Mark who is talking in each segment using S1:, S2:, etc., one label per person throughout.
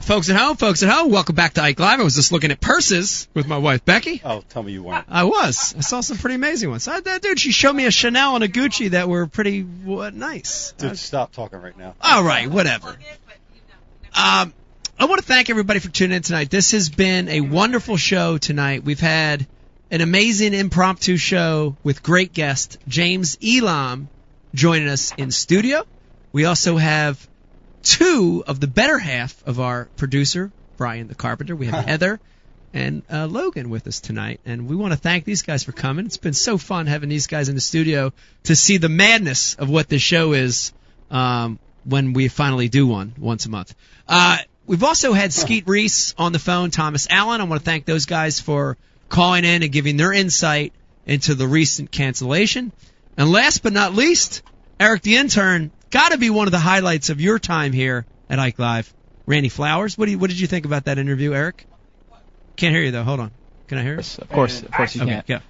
S1: folks at home, folks at home, welcome back to Ike Live. I was just looking at purses with my wife Becky.
S2: Oh, tell me you weren't.
S1: I was. I saw some pretty amazing ones. I, that dude, she showed me a Chanel and a Gucci that were pretty what, nice.
S2: Dude, stop talking right now.
S1: All right, whatever. Um, I want to thank everybody for tuning in tonight. This has been a wonderful show tonight. We've had an amazing impromptu show with great guest James Elam joining us in studio. We also have two of the better half of our producer, Brian the Carpenter. We have Heather and uh, Logan with us tonight, and we want to thank these guys for coming. It's been so fun having these guys in the studio to see the madness of what this show is um, when we finally do one once a month. Uh, we've also had Skeet Reese on the phone, Thomas Allen. I want to thank those guys for calling in and giving their insight into the recent cancellation. And last but not least, Eric the intern, got to be one of the highlights of your time here at Ike Live. Randy Flowers, what do you, what did you think about that interview, Eric? Can't hear you though. Hold on. Can I hear? you?
S3: Of course, of course you
S1: Okay,
S3: can't.
S1: yeah.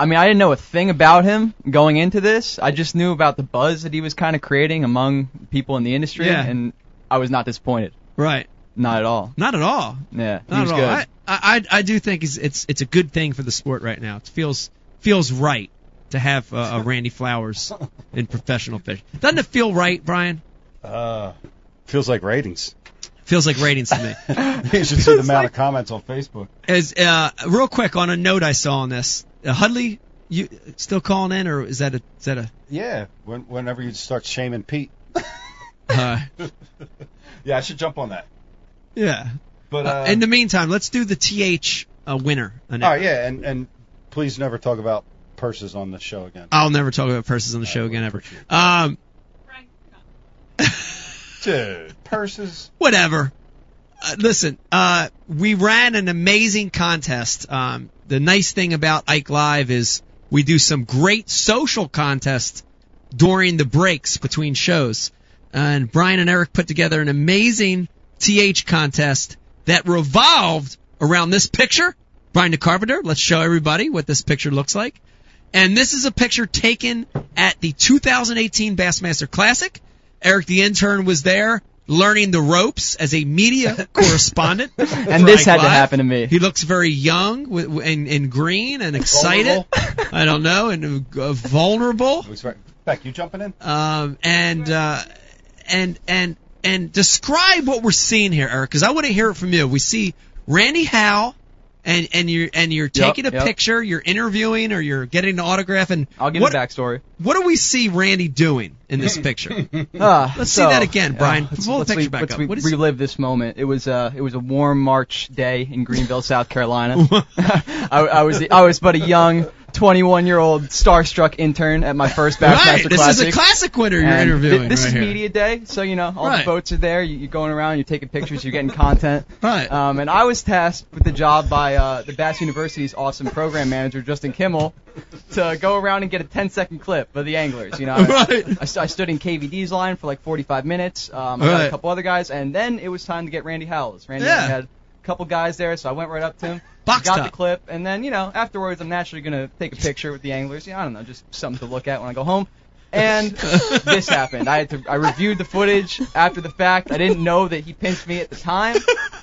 S3: I mean, I didn't know a thing about him going into this. I just knew about the buzz that he was kind of creating among people in the industry,
S1: Yeah.
S3: and I was not disappointed.
S1: Right.
S3: Not at all.
S1: Not at all.
S3: Yeah, he
S1: Not
S3: was
S1: at all.
S3: good.
S1: I, I I I do think it's it's it's a good thing for the sport right now. It feels feels right to have uh, a Randy Flowers in professional fish. Doesn't it feel right, Brian?
S2: Uh, feels like ratings.
S1: Feels like ratings to me.
S2: you should see the amount of comments on Facebook.
S1: As uh, real quick on a note I saw on this, uh, Hudley, you still calling in or is that a is that a
S2: Yeah, when, whenever you start shaming Pete.
S1: uh,
S2: Yeah, I should jump on that.
S1: yeah?
S2: But
S1: Uh, in the meantime, let's do the th uh, winner.
S2: all right, yeah, and and please never talk about purses on the show again.
S1: I'll never talk about purses on the show again ever. Um,
S2: Dude, purses.
S1: whatever. Uh, listen, uh, we ran an amazing contest. Um, the nice thing about Ike Live is we do some great social contests during the breaks between shows. And Brian and Eric put together an amazing TH contest that revolved around this picture. Brian the Carpenter, let's show everybody what this picture looks like. And this is a picture taken at the 2018 Bassmaster Classic. Eric the intern was there learning the ropes as a media correspondent.
S3: And this had to happen to me.
S1: He looks very young wi- wi- and, and green and excited. I don't know, and uh, vulnerable.
S2: Looks right. Oh, Beck, you jumping in?
S1: Um, and uh, and and and describe what we're seeing here, Eric, because I want to hear it from you. We see Randy Howe, and and you're and you're taking a
S3: yep.
S1: picture, you're interviewing, or you're getting an autograph, and
S3: I'll give
S1: what,
S3: you the backstory.
S1: What do we see Randy doing in this picture?
S3: Uh,
S1: Let's see that again, Brian. Pull the picture
S3: re-
S1: back
S3: let's
S1: up.
S3: re-
S1: What is-
S3: relive this moment. It was uh, it was a warm March day in Greenville, South Carolina. I, I was I was but a young 21 year old starstruck intern at my first Bassmaster
S1: right, this is
S3: Classic.
S1: a classic winner you're
S3: And thi-
S1: interviewing.
S3: this
S1: right
S3: is
S1: here.
S3: media day, so you know all
S1: Right.
S3: the boats are there. You, you're going around, you're taking pictures, you're getting content.
S1: Right.
S3: Um, and I was tasked with the job by uh, the Bass University's awesome program manager Justin Kimmel to go around and get a 10 second clip of the anglers. You know, I-
S1: Right.
S3: I, st- I stood in KVD's line for like 45 minutes. Um, I got
S1: Right.
S3: a couple other guys, and then it was time to get Randy Howells. Randy
S1: Yeah.
S3: had a couple guys there, so I went right up to him.
S1: Box
S3: got
S1: top.
S3: the clip, and then you know afterwards, I'm naturally gonna take a picture with the anglers. Yeah, I don't know, just something to look at when I go home. And this happened. I had to. I reviewed the footage after the fact. I didn't know that he pinched me at the time,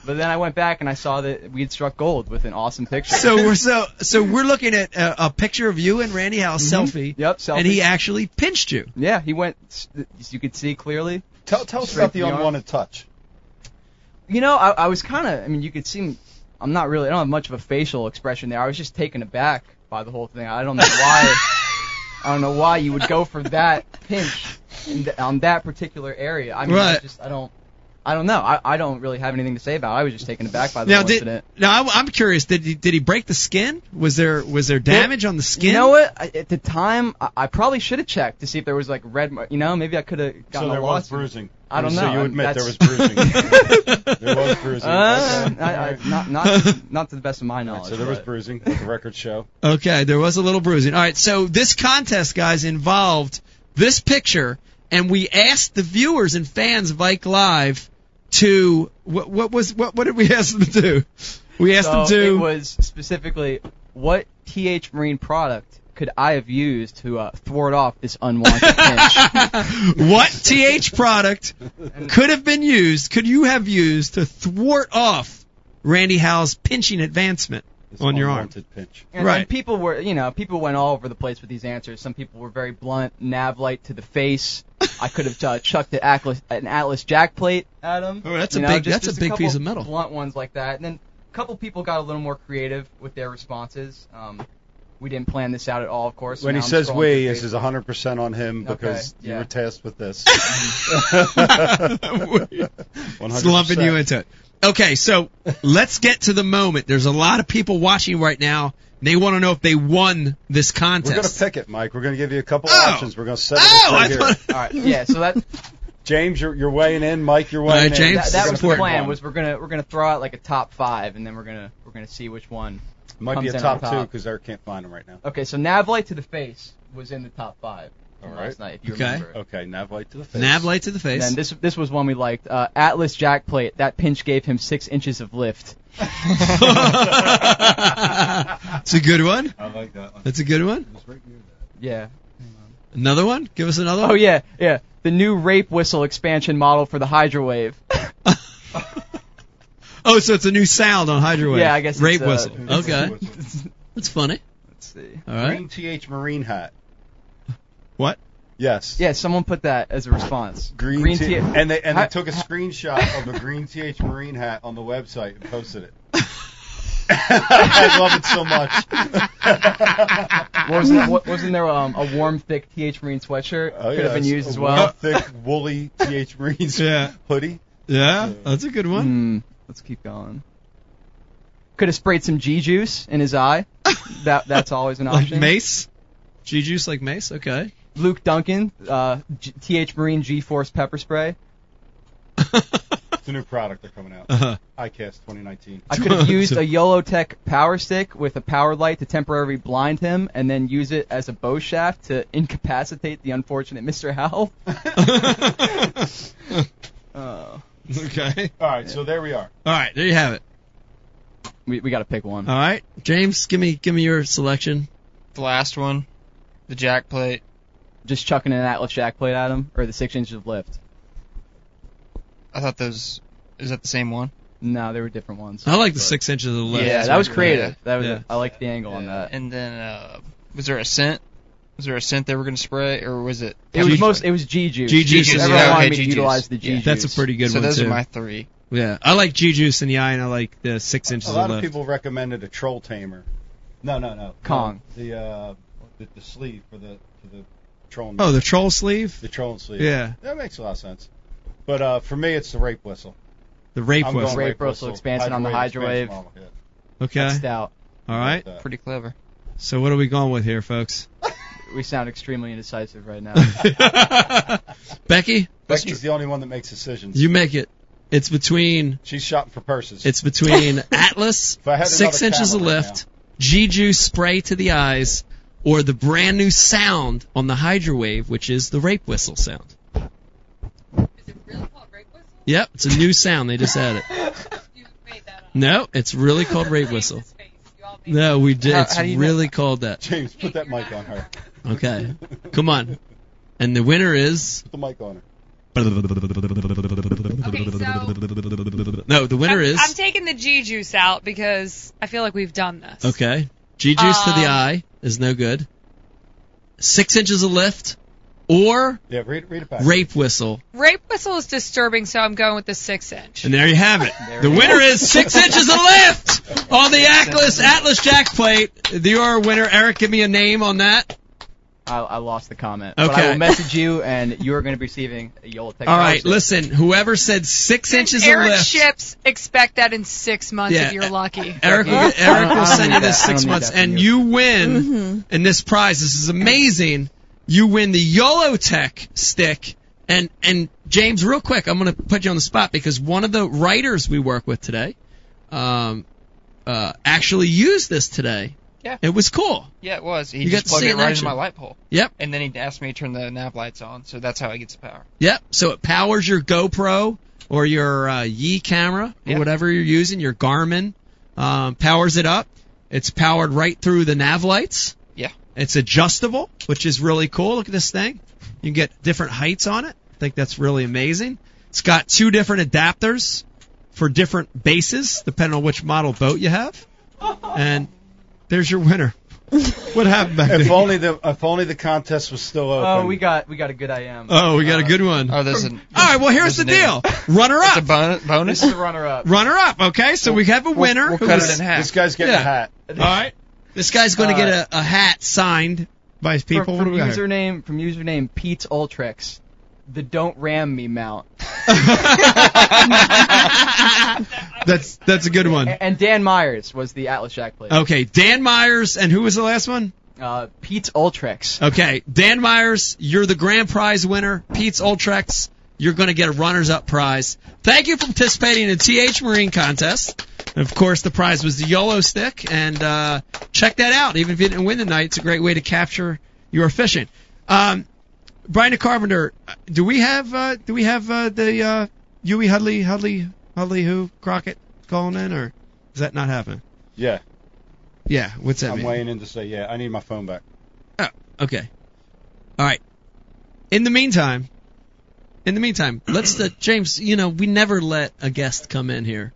S3: but then I went back and I saw that we had struck gold with an awesome picture.
S1: So we're so so we're looking at a, a picture of you and Randy Howe selfie.
S3: Yep,
S1: And he
S3: Mm-hmm. selfie.
S1: actually pinched you.
S3: yeah, he went. As you could see clearly,
S2: Tell tell us
S3: Straight
S2: about the
S3: from the arm.
S2: unwanted touch.
S3: You know, I, I was kind of. I mean, you could see. m- I'm not really. I don't have much of a facial expression there. I was just taken aback by the whole thing. I don't know why. I don't know why you would go for that pinch in th- on that particular area. I mean, I
S1: Right.
S3: just. I don't. I don't know. I, I don't really have anything to say about. it. I was just taken aback by the
S1: Now
S3: whole
S1: did
S3: incident.
S1: now I, am curious. Did he, did he break the skin? Was there was there damage on the skin?
S3: You know what? I, at the time, I, I probably should have checked to see if there was like red. mar- You know, maybe I could have gotten
S2: So there
S3: a
S2: was
S3: loss.
S2: bruising.
S3: I don't
S2: So
S3: know.
S2: you
S3: I-
S2: admit there was
S3: that's-
S2: bruising. there was bruising.
S3: Uh,
S2: Okay.
S3: I,
S2: All
S3: I,
S2: right.
S3: not not not to the best of my knowledge.
S2: So there was
S3: but-
S2: bruising. Let the record show.
S1: Okay, there was a little bruising. All right, so this contest, guys, involved this picture, and we asked the viewers and fans of Ike Live to what, what was what, what did we ask them to do? We asked
S3: so
S1: them to
S3: It was specifically what TH Marine product could I have used to uh, thwart off this unwanted pinch?
S1: what TH product could have been used, could you have used to thwart off Randy Howe's pinching advancement
S2: It's
S1: on your arm?
S2: unwanted Pitch.
S3: And,
S1: Right.
S3: and people were, you know, people went all over the place with these answers. Some people were very blunt, nav light to the face. I could have uh, chucked an Atlas, an Atlas jack plate at him.
S1: Oh, that's a
S3: You know,
S1: big-
S3: just-
S1: that's a
S3: just
S1: big
S3: couple
S1: piece of metal.
S3: Blunt ones like that, and then a couple people got a little more creative with their responses. Um, we didn't plan this out at all, of course.
S2: When
S3: Now
S2: he
S3: I'm
S2: says
S3: scrolling
S2: we,
S3: through
S2: this is
S3: Facebook.
S2: 100% on him
S3: Okay,
S2: because you
S3: yeah.
S2: were tasked with this.
S1: It's lumping you into it. Okay, so let's get to the moment. There's a lot of people watching right now. and They want to know if they won this
S2: We're going to
S1: contest.
S2: pick it, Mike. We're going to give you a couple
S1: Oh.
S2: options. We're going to set it
S1: oh,
S2: right
S1: I
S2: here.
S1: thought.
S3: All right, yeah. So that
S2: James, you're, you're weighing in. Mike, you're
S1: right,
S2: weighing in.
S1: James,
S3: that, that
S1: It's
S3: was the
S1: important.
S3: plan. Was we're gonna we're gonna throw out like a top five, and then we're gonna we're gonna see which one.
S2: Might be
S3: comes
S2: a
S3: in on
S2: top, two 'cause two
S3: top.
S2: because Eric can't find him right now.
S3: Okay, so nav light to the face was in the top five from
S2: All
S3: last
S2: right.
S3: night, if you
S1: Okay.
S3: remember.
S2: Okay, nav light to the face.
S1: Nav light to the
S3: And
S1: face.
S3: then this this was one we liked. Uh, Atlas jack plate. That pinch gave him six inches of lift.
S1: It's a good one.
S2: I like that one.
S1: That's a good one.
S2: It's right near
S3: Yeah.
S1: Another one? Give us another one.
S3: Oh yeah, yeah. The new rape whistle expansion model for the Hydrowave.
S1: Oh, so it's a new sound on Hydro Wave.
S3: Yeah, I guess it's,
S1: Rape
S3: uh,
S1: whistle.
S3: it's-
S1: Okay. That's funny.
S3: Let's see.
S1: All
S2: that.
S1: right.
S2: Green TH Marine hat.
S1: What?
S2: Yes.
S3: Yeah, someone put that as a response.
S2: Green, T-
S3: tea-
S2: and they and
S3: Hi-
S2: they took a screenshot of a green TH Marine hat on the website and posted it. I love it so much.
S3: wasn't wa- wasn't there um, a warm thick TH Marine sweatshirt
S2: Oh,
S3: could
S2: yeah,
S3: have been
S2: it's
S3: used
S2: a
S3: as well?
S2: Thick woolly TH Marines
S1: Yeah.
S2: hoodie.
S1: Yeah, that's a good one.
S3: Hmm. let's keep going. Could have sprayed some G juice in his eye. Mm. That that's always an
S1: Like
S3: option.
S1: Mace? G Juice like Mace? Okay.
S3: Luke Duncan, uh, G- TH Marine G Force pepper spray.
S2: It's a new product they're coming out.
S1: Uh-huh.
S2: ICAST 2019.
S3: I could have used a YoloTech power stick with a power light to temporarily blind him and then use it as a bow shaft to incapacitate the unfortunate Mr. Howell. Uh,
S1: okay.
S2: All right, so there we are.
S1: All right, there you have it.
S3: we we got to pick one.
S1: All right, James, give me give me your selection.
S4: The last one, the jack plate.
S3: Just chucking an Atlas jack plate at him or the six inches of lift.
S4: I thought those. Is that the same one?
S3: No, they were different ones.
S1: I like the six inches of the left.
S4: Yeah,
S3: yeah,
S4: that's
S3: that was
S4: what-
S3: creative. That was
S1: Yeah.
S3: I liked the angle on that.
S4: And then, uh, was there a scent? Was there a scent they were gonna spray, or was it?
S3: It was most. It was G juice.
S1: G juice is-
S3: Everyone
S1: yeah,
S4: okay,
S3: wanted me to
S4: G juice.
S3: utilize the G
S4: Yeah.
S3: juice.
S1: That's a pretty good
S4: so
S1: one
S4: those
S1: too.
S4: are my three.
S1: yeah, I like G Juice in the eye, and I like the six inches
S2: A
S1: of
S2: lot of
S1: left.
S2: people recommended a troll tamer. No, no, no.
S3: Kong.
S2: The uh, the, the sleeve for the for the trolling.
S1: oh, the troll sleeve,
S2: the trolling sleeve.
S1: Yeah.
S2: that makes a lot of sense. But uh, for me, it's the rape whistle.
S1: the rape
S2: I'm
S1: whistle.
S2: going
S3: Rape whistle expansion on the
S2: expansion
S3: hydrowave.
S2: model, yeah.
S1: Okay,
S3: stout.
S1: all right.
S2: Uh,
S4: Pretty clever.
S1: So what are we going with here, folks?
S3: We sound extremely indecisive right now.
S1: Becky,
S2: Becky's the only one that makes decisions.
S1: you make it. It's between
S2: She's shopping for purses.
S1: It's between Atlas,
S2: I had
S1: six
S2: another
S1: inches of
S2: camera right
S1: lift, G Juice spray to the eyes, or the brand new sound on the Hydra Wave, which is the rape whistle sound.
S5: Is it really called rape whistle?
S1: Yep, it's a new sound. They just had it.
S5: You made that up.
S1: No, it's really called rape
S5: James'
S1: whistle.
S5: face. You all made
S1: No, we did.
S3: How-
S1: It's
S3: how do you know-
S1: really called that.
S2: James, put that
S5: You're
S2: mic
S5: not
S2: on her.
S1: Okay, come on. And the winner is
S2: Put the mic on her.
S1: no. The winner
S5: I'm,
S1: is
S5: I'm taking the G juice out because I feel like we've done this.
S1: Okay. G juice to the
S5: Um,
S1: eye is no good. Six inches of lift or
S2: Yeah, read, read it back.
S1: rape whistle.
S5: Rape whistle is disturbing, so I'm going with the six inch.
S1: And there you have it.
S3: There
S1: The
S3: it is.
S1: winner is six inches of lift on the Atlas Atlas Jack plate. Your winner, Eric. Give me a name on that.
S3: I, I lost the comment. But I
S1: Okay.
S3: will message you, and you are going to be receiving a Yola Tech.
S1: All right.
S3: voucher.
S1: Listen, whoever said six inches of
S5: Eric
S1: lift,
S5: ships expect that in six months
S1: Yeah.
S5: if you're lucky.
S1: Eric, will,
S3: I don't-
S1: Eric
S3: I
S1: will
S3: don't
S1: send you
S3: need
S1: this
S3: that. I
S1: six
S3: don't need
S1: months,
S3: that from
S1: and
S3: you.
S1: you win
S4: Mm-hmm.
S1: in this prize. This is amazing. You win the YOLO Tech stick. And and James, real quick, I'm gonna put you on the spot because one of the writers we work with today, um, uh, actually used this today.
S4: Yeah.
S1: It was cool.
S4: Yeah, it was. He
S1: You got
S4: just
S1: to
S4: plugged
S1: see it
S4: it
S1: in
S4: right
S1: action.
S4: into my light pole.
S1: Yep.
S4: And then he asked me to turn the nav lights on, so that's how I get the power.
S1: Yep. So it powers your GoPro or your uh, Yi camera or
S4: Yeah.
S1: whatever you're using, your Garmin. Um, powers it up. It's powered right through the nav lights.
S4: Yeah.
S1: It's adjustable, which is really cool. Look at this thing. You can get different heights on it. I think that's really amazing. It's got two different adapters for different bases, depending on which model boat you have. And there's your winner. What happened back
S2: If
S1: there?
S2: only the if only the contest was still open.
S3: Oh, we got we got a good I am.
S1: oh, we got a good one.
S4: Oh, there's an.
S1: All right, well, here's
S4: there's
S1: the
S4: an deal.
S1: deal. Runner
S4: It's a
S1: up.
S4: bon- bonus.
S3: This is the runner up.
S1: Runner up, okay? So we have a winner.
S4: We'll
S1: who
S4: cut
S1: was-
S4: it in half.
S2: This guy's getting
S1: Yeah.
S2: a hat.
S1: All right. This guy's going to
S3: Uh,
S1: get a, a hat signed by people.
S3: From,
S1: What do
S3: from
S1: we got here?
S3: username from username Pete's Ultrex, the don't ram me mount.
S1: that's that's a good one.
S3: A- And Dan Myers was the Atlas Jack player.
S1: Okay, Dan Myers and who was the last one?
S3: Uh, Pete's Ultrex.
S1: Oh. Okay, Dan Myers, you're the grand prize winner. Pete's Ultrex, you're going to get a runners up prize. Thank you for participating in the TH Marine contest. And of course, the prize was the YOLO stick, and uh, check that out. Even if you didn't win tonight, it's a great way to capture your fishing. Um, Brian Carpenter, do we have uh, do we have uh, the uh, Huey Hudley Hudley Hudley who Crockett calling in, or is that not happening?
S2: Yeah,
S1: Yeah, what's that
S2: I'm
S1: mean?
S2: weighing in to say yeah. I need my phone back.
S1: Oh, okay. All right. In the meantime, in the meantime, let's uh, James. You know, we never let a guest come in here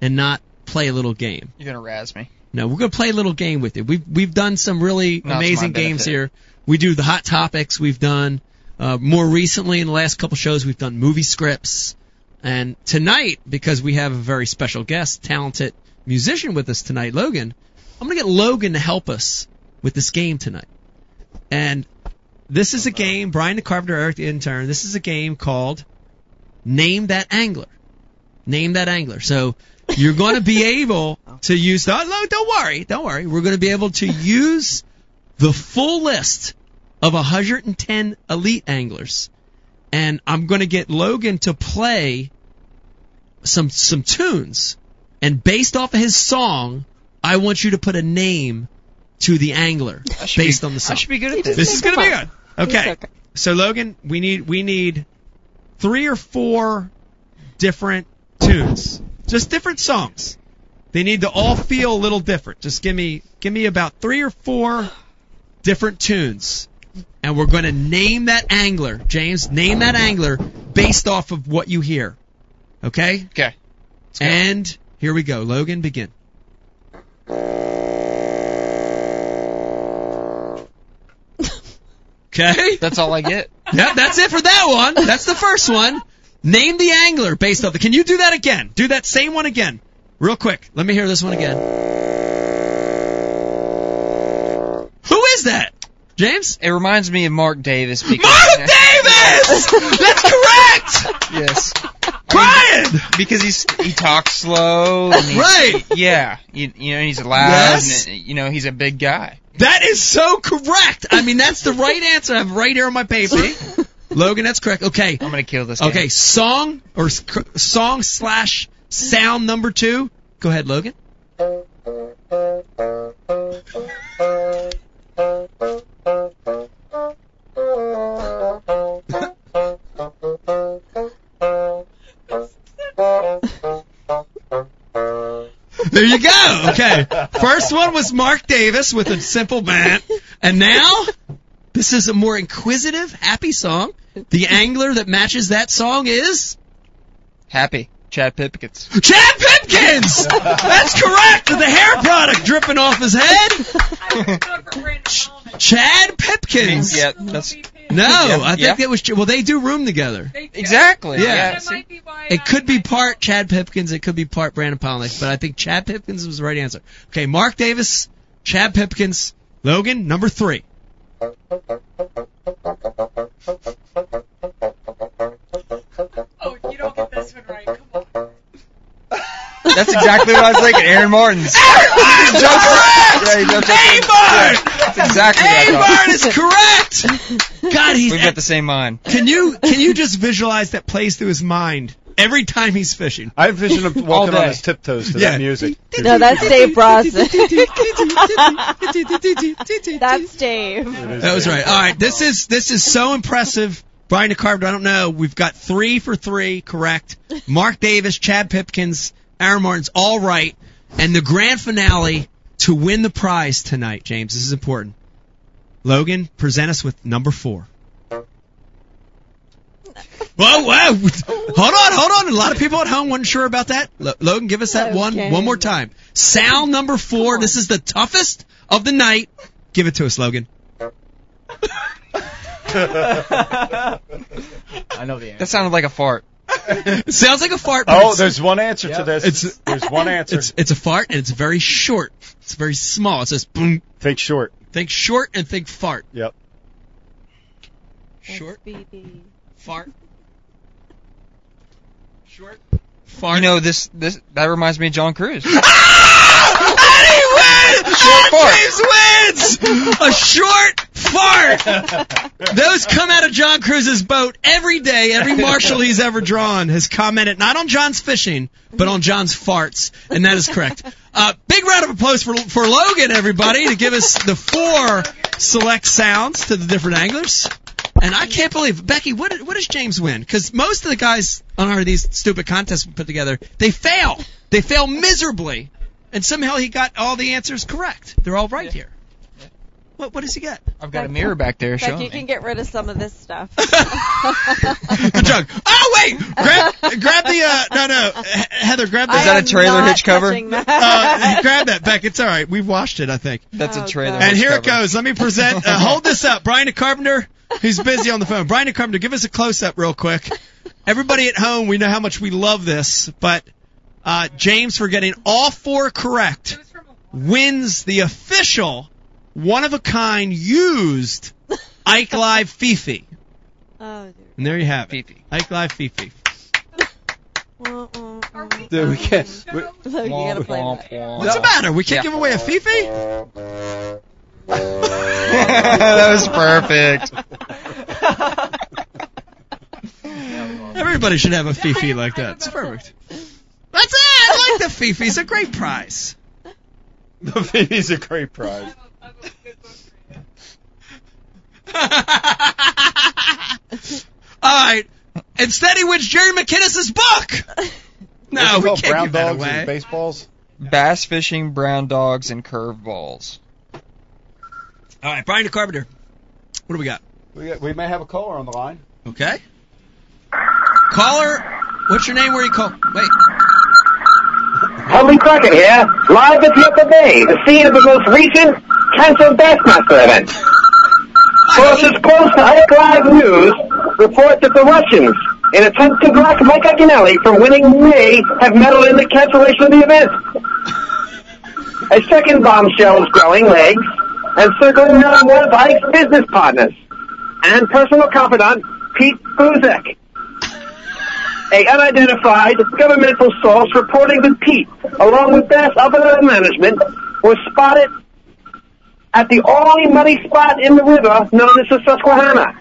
S1: and not play a little game.
S4: You're gonna razz me.
S1: No, we're gonna play a little game with it. We've we've done some really
S4: Not to
S1: amazing
S4: my
S1: games
S4: benefit.
S1: here. We do the hot topics. We've done uh, more recently in the last couple shows. We've done movie scripts, and tonight because we have a very special guest, talented musician with us tonight, Logan. I'm gonna get Logan to help us with this game tonight. And this is a game. Brian the Carpenter, Eric the intern. This is a game called Name That Angler. Name that angler. So you're going to be able to use. Don't, no, don't worry. Don't worry. We're going to be able to use the full list of 110 elite anglers, and I'm going to get Logan to play some some tunes, and based off of his song, I want you to put a name to the angler based on the
S4: I
S1: song.
S4: should be good at this.
S1: This is gonna be good. Okay.
S6: It's okay.
S1: So Logan, we need we need three or four different tunes, just different songs. They need to all feel a little different. Just give me give me about three or four different tunes, and we're gonna name that angler, James. Name that angler based off of what you hear. Okay.
S4: Okay.
S1: And here we go. Logan, begin. Okay.
S4: That's all I get.
S1: Yep, that's it for that one. That's the first one. Name the angler based off the. Can you do that again? Do that same one again, real quick. Let me hear this one again. Who is that, James?
S4: It reminds me of Mark Davis. Because,
S1: Mark Davis. That's correct,
S4: Yes.
S1: Brian.
S4: Because he's he talks slow. And he's,
S1: Right.
S4: Yeah. You, you know he's loud.
S1: Yes.
S4: And, you know he's a big guy.
S1: That is so correct. I mean, that's the right answer. I have right here on my paper. Logan, that's correct. Okay.
S4: I'm gonna kill this. guy.
S1: Okay, song or s- c- song slash sound number two. Go ahead, Logan. There you go. Okay. First one was Mark Davis with a simple band. And now, this is a more inquisitive, happy song. The angler that matches that song is
S4: Happy. Chad Pipkins.
S1: Chad Pipkins! That's correct! With the hair product dripping off his head. Chad Pipkins.
S4: Yeah. That's
S1: No, I
S4: Yeah.
S1: think that was, Ch- well, they do room together.
S4: exactly.
S1: Yeah.
S4: Yeah.
S5: That
S4: see?
S5: might be why uh,
S1: It
S5: I-
S1: could be part Chad Pipkins, it could be part Brandon Polnick, but I think Chad Pipkins was the right answer. Okay, Mark Davis, Chad Pipkins, Logan, number three.
S5: Oh, you don't get this one right. Come on.
S4: That's exactly what I was thinking. Aaron Martin's. Yeah, he does look
S1: A
S4: good.
S1: Bird!
S4: That's exactly
S1: A
S4: what I thought.
S1: Bird is correct! God, he's.
S4: We've got the same mind.
S1: Can you can you just visualize that plays through his mind every time he's fishing?
S2: I envision him walking
S4: day.
S2: on his tiptoes to
S1: Yeah.
S2: that music.
S6: No, that's Dave Bronson. that's Dave.
S1: That was right. All right, this is this is so impressive. Brian DeCarved, I don't know. We've got three for three correct. Mark Davis, Chad Pipkins, Aaron Martin's all right, and the grand finale to win the prize tonight, James. This is important. Logan, present us with number four. Whoa, whoa! Hold on, hold on. A lot of people at home weren't sure about that. Lo- Logan, give us that one
S6: Okay.
S1: one more time. Sound number four. This is the toughest of the night. Give it to us, Logan.
S3: I know the
S4: That
S3: answer.
S4: sounded like a fart.
S1: It sounds like a fart. but
S2: Oh,
S1: it's-
S2: there's one answer to
S3: Yeah.
S2: this.
S1: It's-
S2: there's one answer.
S1: It's it's a fart and it's very short. It's very small. It says boom.
S2: Think short.
S1: Think short and think fart.
S2: Yep.
S1: Short
S6: BB.
S1: fart. Short fart.
S4: You know this this that reminds me of John Cruise.
S1: short fart. James wins a short fart. Those come out of John Cruise's boat every day. Every marshal he's ever drawn has commented not on John's fishing, but on John's farts, and that is correct. Uh, big round of applause for for Logan, everybody, to give us the four select sounds to the different anglers. And I can't believe Becky. What did- what does James win? Because most of the guys on our these stupid contests we put together, they fail. They fail miserably, and somehow he got all the answers correct. They're all right here. What what does he get?
S4: I've got a mirror back there
S6: Beck,
S4: showing
S6: you
S4: me.
S6: can get rid of some of this stuff.
S1: the jug. Oh wait, grab grab the uh, no no He- Heather grab
S6: I
S1: the
S4: that a
S6: am
S4: trailer
S6: not
S4: hitch cover?
S6: touching that.
S1: uh, grab that Beck. It's all right. We've washed it, I think.
S4: That's
S6: Oh,
S4: a trailer.
S6: God.
S1: And
S4: hitch
S1: here it
S4: cover.
S1: goes. Let me present. Uh, hold this up, Brian Carpenter. He's busy on the phone. Brian Carpenter, give us a close up real quick. Everybody at home, we know how much we love this, but uh, James for getting all four correct wins the official one of a kind used Ike Live Fifi.
S6: oh, dear.
S1: And there you have it.
S4: Fifi.
S1: Ike Live Fifi.
S6: Mm, mm, mm.
S2: Dude, we can't. we-
S6: So you gotta play
S4: Womp,
S6: that.
S4: womp.
S1: What's the matter? We can't
S4: Yeah.
S1: give away a Fifi?
S4: that was perfect.
S1: Everybody should have a Fifi like that. It's perfect. That's it. I like the Fifi. It's a great prize.
S2: the Phoebe's a great prize.
S1: All right. Instead, he wins Jerry McKinnis's book. No,
S2: What's it
S1: we
S2: called?
S1: can't
S2: brown
S1: give that
S2: dogs and
S1: away.
S2: baseballs.
S4: Bass fishing, brown dogs, and curveballs.
S1: All right, Brian Carpenter. What do we got?
S2: We, got- we may have a caller on the line.
S1: Okay. Caller, what's your name? Where you call? Wait.
S7: Tony Crockett here, live at Tampa Bay, the scene of the most recent Cancer Bassmaster event. Sources close to Ike Live News report that the Russians, in attempt to block Mike Iaconelli from winning, may have meddled in the cancellation of the event. A second bombshell is growing legs and circling around one of Ike's business partners and personal confidant, Pete Buzek a unidentified governmental source reporting that Pete, along with Bass upper level management, was spotted at the only muddy spot in the river known as the Susquehanna.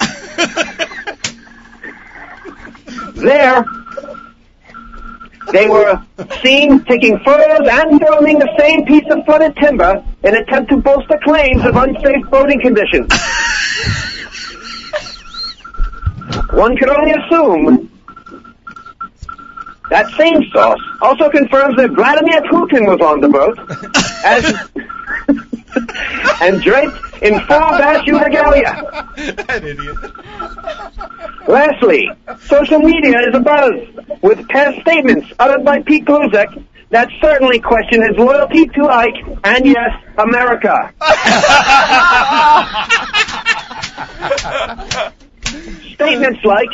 S7: there, they were seen taking photos and filming the same piece of flooded timber in attempt to bolster claims of unsafe boating conditions. One could only assume that same source also confirms that Vladimir Putin was on the boat as and draped in full bass regalia.
S2: that idiot.
S7: Lastly, social media is abuzz with past statements uttered by Pete Kozak that certainly question his loyalty to Ike and yes, America. Statements like,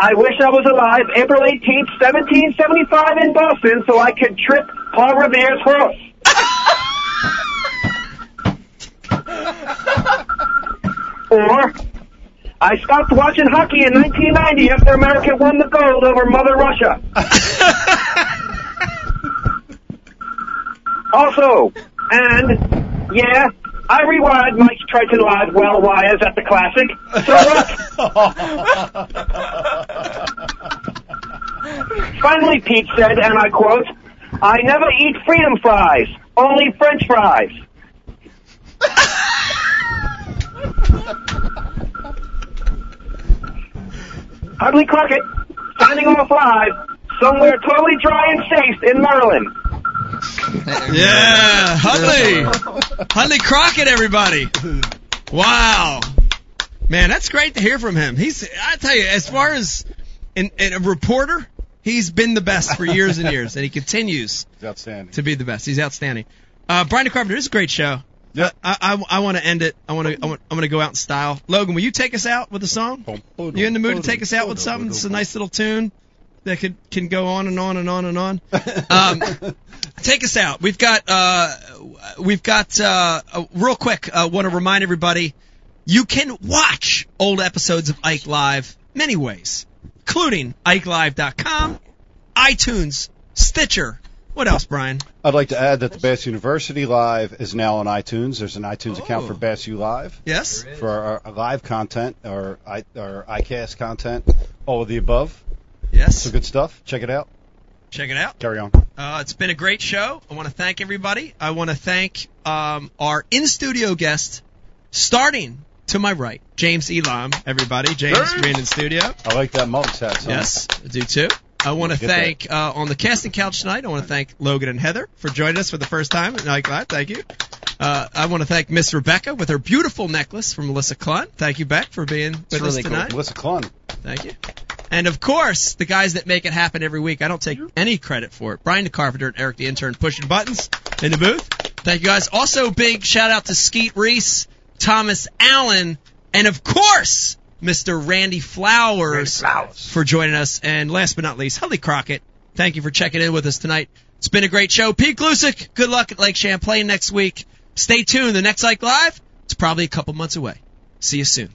S7: I wish I was alive April 18th, 1775 in Boston so I could trip Paul Revere's horse. or, I stopped watching hockey in 1990 after America won the gold over Mother Russia. also, and yeah, I rewired Mike's Triton Live well wires at the Classic. So what? Finally, Pete said, and I quote, I never eat freedom fries, only French fries. Hudley Crockett, signing off live, somewhere totally dry and safe in Maryland.
S1: Yeah, Huntley. Huntley Crockett, everybody. Wow. Man, that's great to hear from him. He's, I tell you, as far as an, an, a reporter, he's been the best for years and years, and he continues
S2: It's outstanding.
S1: to be the best. He's outstanding. Uh, Brian DeCarpenter, this is a great show.
S2: Yeah.
S1: I, I, I want to end it. I want to, I want, I'm going to go out in style. Logan, will you take us out with a song? You in the mood to take us out with something? It's a nice little tune that could can go on and on and on and on. Um, take us out. We've got uh, we've got uh, uh, real quick. uh, want to remind everybody you can watch old episodes of Ike Live many ways, including IkeLive.com, iTunes, Stitcher. What else, Brian?
S2: I'd like to add that the Bass University Live is now on iTunes. There's an iTunes account for
S1: Oh.
S2: Bass U Live.
S1: Yes.
S2: for our, our live content or i our iCast content, all of the above.
S1: Yes.
S2: Some good stuff. Check it out.
S1: Check it out.
S2: Carry on.
S1: Uh, it's been a great show. I want to thank everybody. I want to thank um, our in studio guest, starting to my right, James Elam. Everybody, James being in studio.
S2: I like that Mugs hat. Son.
S1: Yes, I do too. I want to
S2: Get
S1: thank uh, on the casting couch tonight. I want to thank Logan and Heather for joining us for the first time. And Ike Live, thank you. Uh, I want to thank Miss Rebecca with her beautiful necklace from Melissa Klun. Thank you, Beck, for being with us
S3: really cool.
S1: tonight.
S2: Melissa Clun.
S1: Thank you. And of course, the guys that make it happen every week. I don't take any credit for it. Brian the Carpenter and Eric the Intern pushing buttons in the booth. Thank you guys. Also, big shout out to Skeet Reese, Thomas Allen, and of course, Mr. Randy Flowers, for joining us. And last but not least, Holly Crockett. Thank you for checking in with us tonight. It's been a great show. Pete Glusick, good luck at Lake Champlain next week. Stay tuned. The next Ike Live, it's probably a couple months away. See you soon.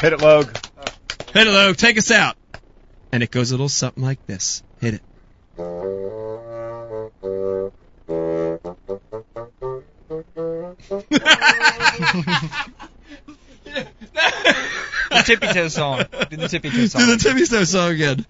S2: Hit it, Log.
S1: Hit it, Luke. Take us out. And it goes a little something like this. Hit it.
S4: The tippy toe song. Do the tippy toe
S1: Do the
S4: song.
S1: Timmy Snow song again.